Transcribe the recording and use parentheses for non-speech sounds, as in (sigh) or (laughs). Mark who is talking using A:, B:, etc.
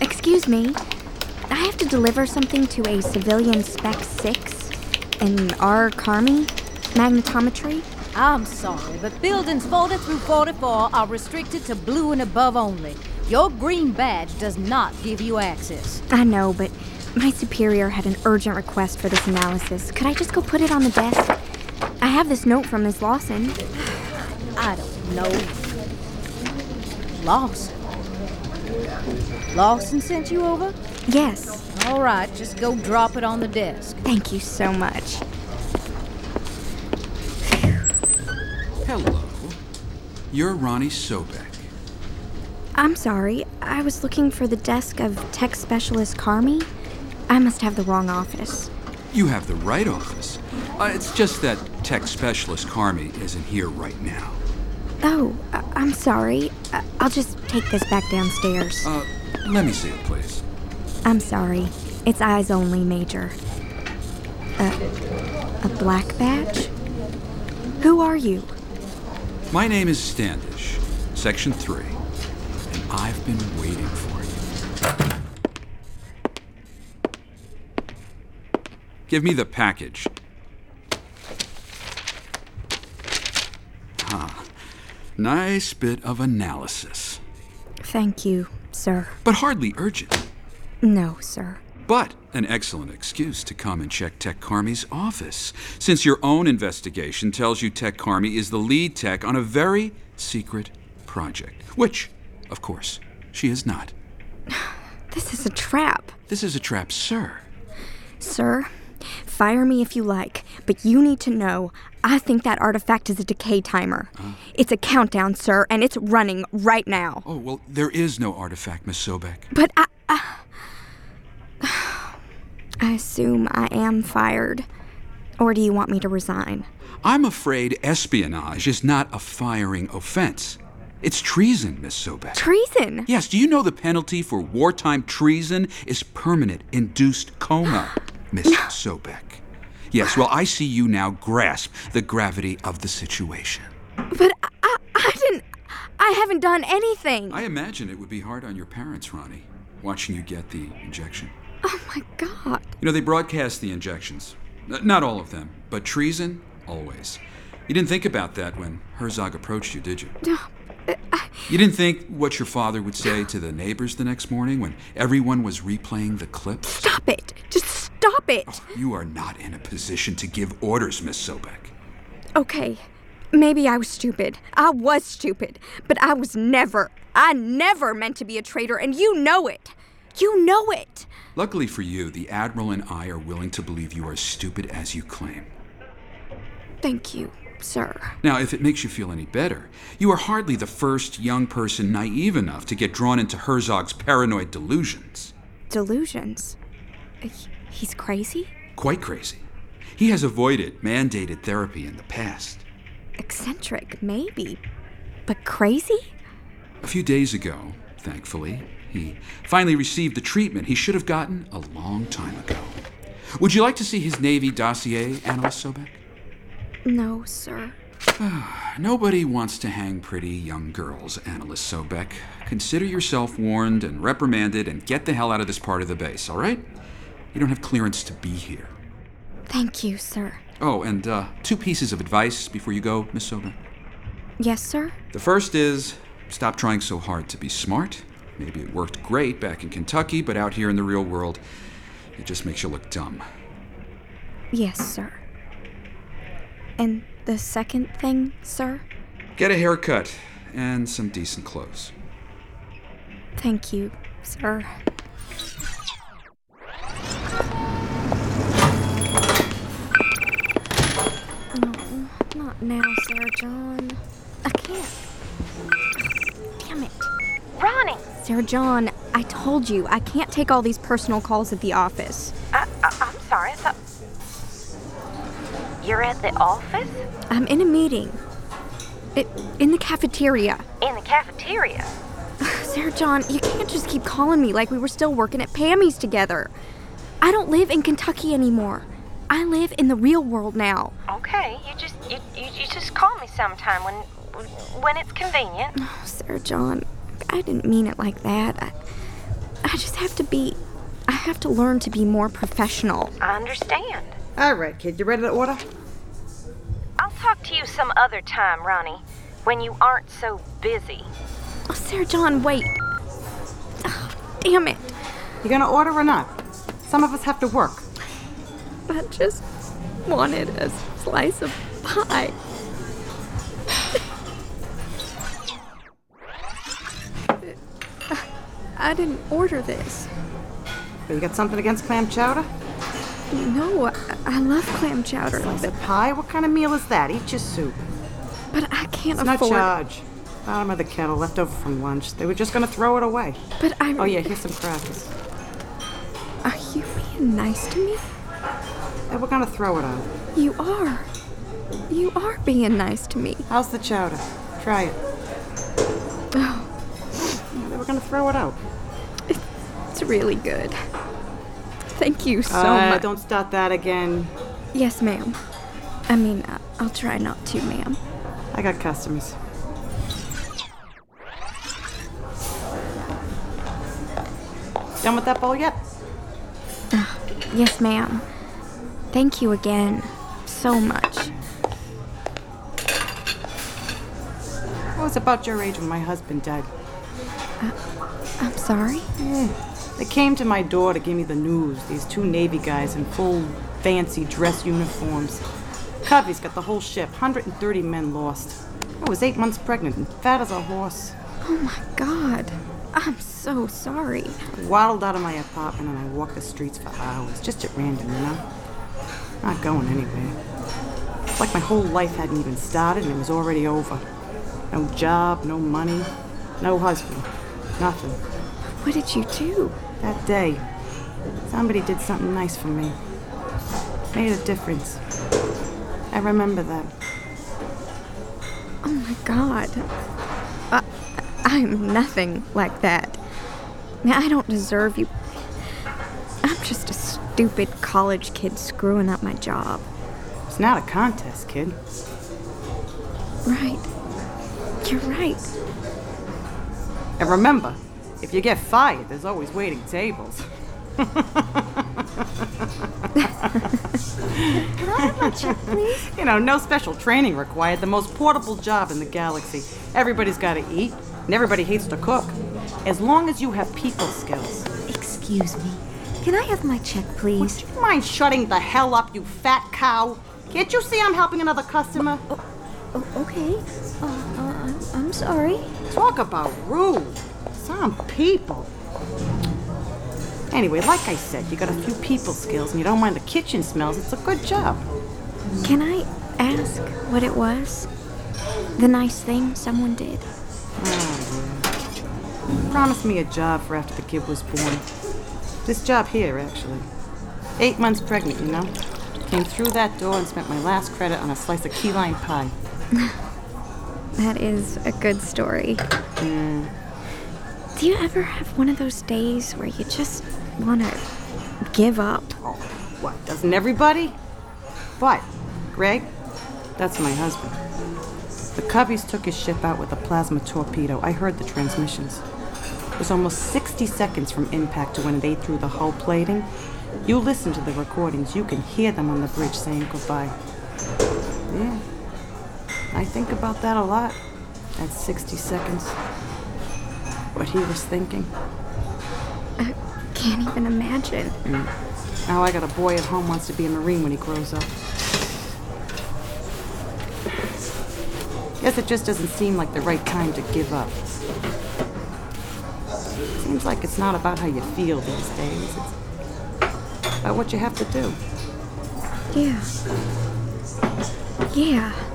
A: Excuse me. I have to deliver something to a civilian spec 6 an R Carmi magnetometry.
B: I'm sorry, but buildings 40 through 44 are restricted to blue and above only. Your green badge does not give you access.
A: I know, but my superior had an urgent request for this analysis. Could I just go put it on the desk? I have this note from Miss Lawson.
B: I don't know. Lawson. Lawson sent you over?
A: Yes,
B: All right, just go drop it on the desk.
A: thank you so much.
C: Hello. You're Ronnie Sobek.
A: I'm sorry, I was looking for the desk of tech specialist Carmi. I must have the wrong office.
C: You have the right office. Uh, it's just that tech specialist Carmi isn't here right now.
A: Oh, I- I'm sorry. I- I'll just take this back downstairs.
C: Uh, let me see it, please.
A: I'm sorry. It's eyes only, Major. A, a black badge? Who are you?
C: My name is Standish, Section 3, and I've been waiting for you. Give me the package. Ah, nice bit of analysis,
A: Thank you, sir.
C: but hardly urgent.
A: No, sir.
C: But an excellent excuse to come and check Tech Carmi's office, since your own investigation tells you Tech Carmi is the lead tech on a very secret project, which, of course, she is not.
A: This is a trap.
C: This is a trap, sir.
A: Sir, fire me if you like, but you need to know I think that artifact is a decay timer. It's a countdown, sir, and it's running right now.
C: Oh, well, there is no artifact, Miss Sobek.
A: But I. I, I assume I am fired. Or do you want me to resign?
C: I'm afraid espionage is not a firing offense. It's treason, Miss Sobek.
A: Treason!
C: yes, do you know the penalty for wartime treason is permanent induced coma, Miss Sobek? Yes, well, I see you now grasp the gravity of the situation.
A: But I, I, I didn't. I haven't done anything.
C: I imagine it would be hard on your parents, Ronnie, watching you get the injection.
A: oh my god.
C: You know, they broadcast the injections. N- Not all of them, but treason, always. You didn't think about that when Herzog approached you, did you? You didn't think what your father would say to the neighbors the next morning when everyone was replaying the clip?
A: Stop it. Just stop it.
C: You are not in a position to give orders, Miss Sobek.
A: Okay. Maybe I was stupid. I was stupid. But I was never, I never meant to be a traitor, and you know it. You know it.
C: Luckily for you, the Admiral and I are willing to believe you are stupid as you claim.
A: Thank you, sir.
C: Now, if it makes you feel any better, you are hardly the first young person naive enough to get drawn into Herzog's paranoid delusions.
A: Delusions. H- He's crazy?
C: Quite crazy. He has avoided mandated therapy in the past.
A: Eccentric, maybe. But crazy?
C: A few days ago, thankfully, he finally received the treatment he should have gotten a long time ago. Would you like to see his Navy dossier, Analyst Sobek?
A: No, sir.
C: Nobody wants to hang pretty young girls, Analyst Sobek. Consider yourself warned and reprimanded and get the hell out of this part of the base, all right? You don't have clearance to be here.
A: Thank you, sir.
C: Oh, and uh, two pieces of advice before you go, Miss Sobek.
A: Yes, sir?
C: The first is stop trying so hard to be smart. Maybe it worked great back in Kentucky, but out here in the real world, it just makes you look dumb.
A: Yes, sir. And the second thing, sir?
C: Get a haircut and some decent clothes.
A: Thank you, sir. No, not now, Sir John. I can't. Damn it.
D: Ronnie,
A: Sir John, I told you, I can't take all these personal calls at the office.
D: I, I, Uh, I'm sorry. I thought you're at the office
A: I'm in a meeting. It, in the cafeteria.
D: in the cafeteria.
A: Sarah John, you can't just keep calling me like we were still working at Pammy's together. I don't live in Kentucky anymore. I live in the real world now.
D: Okay, you just you, you, you just call me
A: Oh,
D: sometime when when it's convenient.
A: Sarah John, I didn't mean it like that. I, I just have to be. I have to learn to be more professional.
D: I understand.
E: All right, kid, you ready to order?
D: I'll talk to you some other time, Ronnie, when you aren't so busy.
A: Oh, Sarah John, wait. Oh, damn it.
E: You gonna order or not? Some of us have to work.
A: I just wanted a slice of pie. I didn't order this.
E: But you got something against clam chowder?
A: No, I, I love clam chowder,
E: Is
A: but,
E: it pie? What kind of meal is that? Eat your soup.
A: but I can't
E: Not
A: afford.
E: charge. Bottom of the kettle, left over from lunch. They were just gonna throw it away.
A: But I.
E: Oh yeah, here's some crackers.
A: Are you being nice to me?
E: They were gonna throw it out.
A: You are. You are being nice to me.
E: How's the chowder?
A: (sighs)
E: Try it.
A: Oh,
E: Yeah, They were gonna throw it out.
A: it's really good. Thank you so
E: Uh,
A: much.
E: Don't start that again.
A: Yes, ma'am. I mean, I- I'll try not to, ma'am.
E: I got customers. Done with that bowl yet?
A: Yes, ma'am. Thank you again so much.
E: I was about your age when my husband died.
A: I'm sorry.
E: They came to my door to give me the news. These two Navy guys in full fancy dress uniforms. Covey's got the whole ship, 130 men lost. I was eight months pregnant and fat as a horse.
A: Oh my God. I'm so sorry.
E: I waddled out of my apartment and I walked the streets for hours, just at random, you know? Not going anywhere. It's like my whole life hadn't even started and it was already over. No job, no money, no husband, nothing.
A: What did you do?
E: That day, somebody did something nice for me. Made a difference. I remember that.
A: Oh my God. I, I'm nothing like that. Now, I don't deserve you. I'm just a stupid college kid screwing up my job.
E: It's not a contest, kid.
A: Right. You're right.
E: And remember, if you get fired, there's always waiting tables. You know, no special training required. The most portable job in the galaxy. Everybody's got to eat, and everybody hates to cook. As long as you have people skills.
F: (laughs) Excuse me. Can I have my check, please?
E: Do you mind shutting the hell up, you fat cow? Can't you see I'm helping another customer?
F: Oh, okay. Uh, uh, I'm, I'm sorry.
E: Talk about rude. Some people. Anyway, like I said, you got a few people skills and you don't mind the kitchen smells. It's a good job.
A: Can I ask what it was? The nice thing someone did?
E: Promised me a job for after the kid was born. This job here, actually. Eight months pregnant, you know. Came through that door and spent my last credit on a slice of key lime pie.
A: That is a good story. Do you ever have one of those days where you just want to give up?
E: Oh, what? Doesn't everybody? But, Greg, that's my husband. The Coveys took his ship out with a plasma torpedo. I heard the transmissions. It was almost 60 seconds from impact to when they threw the hull plating. You listen to the recordings, you can hear them on the bridge saying goodbye. Yeah. I think about that a lot. That 60 seconds. What he was thinking.
A: I can't even imagine.
E: Now I got a boy at home wants to be a Marine when he grows up. Guess it just doesn't seem like the right time to give up. Seems like it's not about how you feel these days. It's about what you have to do.
A: Yeah. Yeah.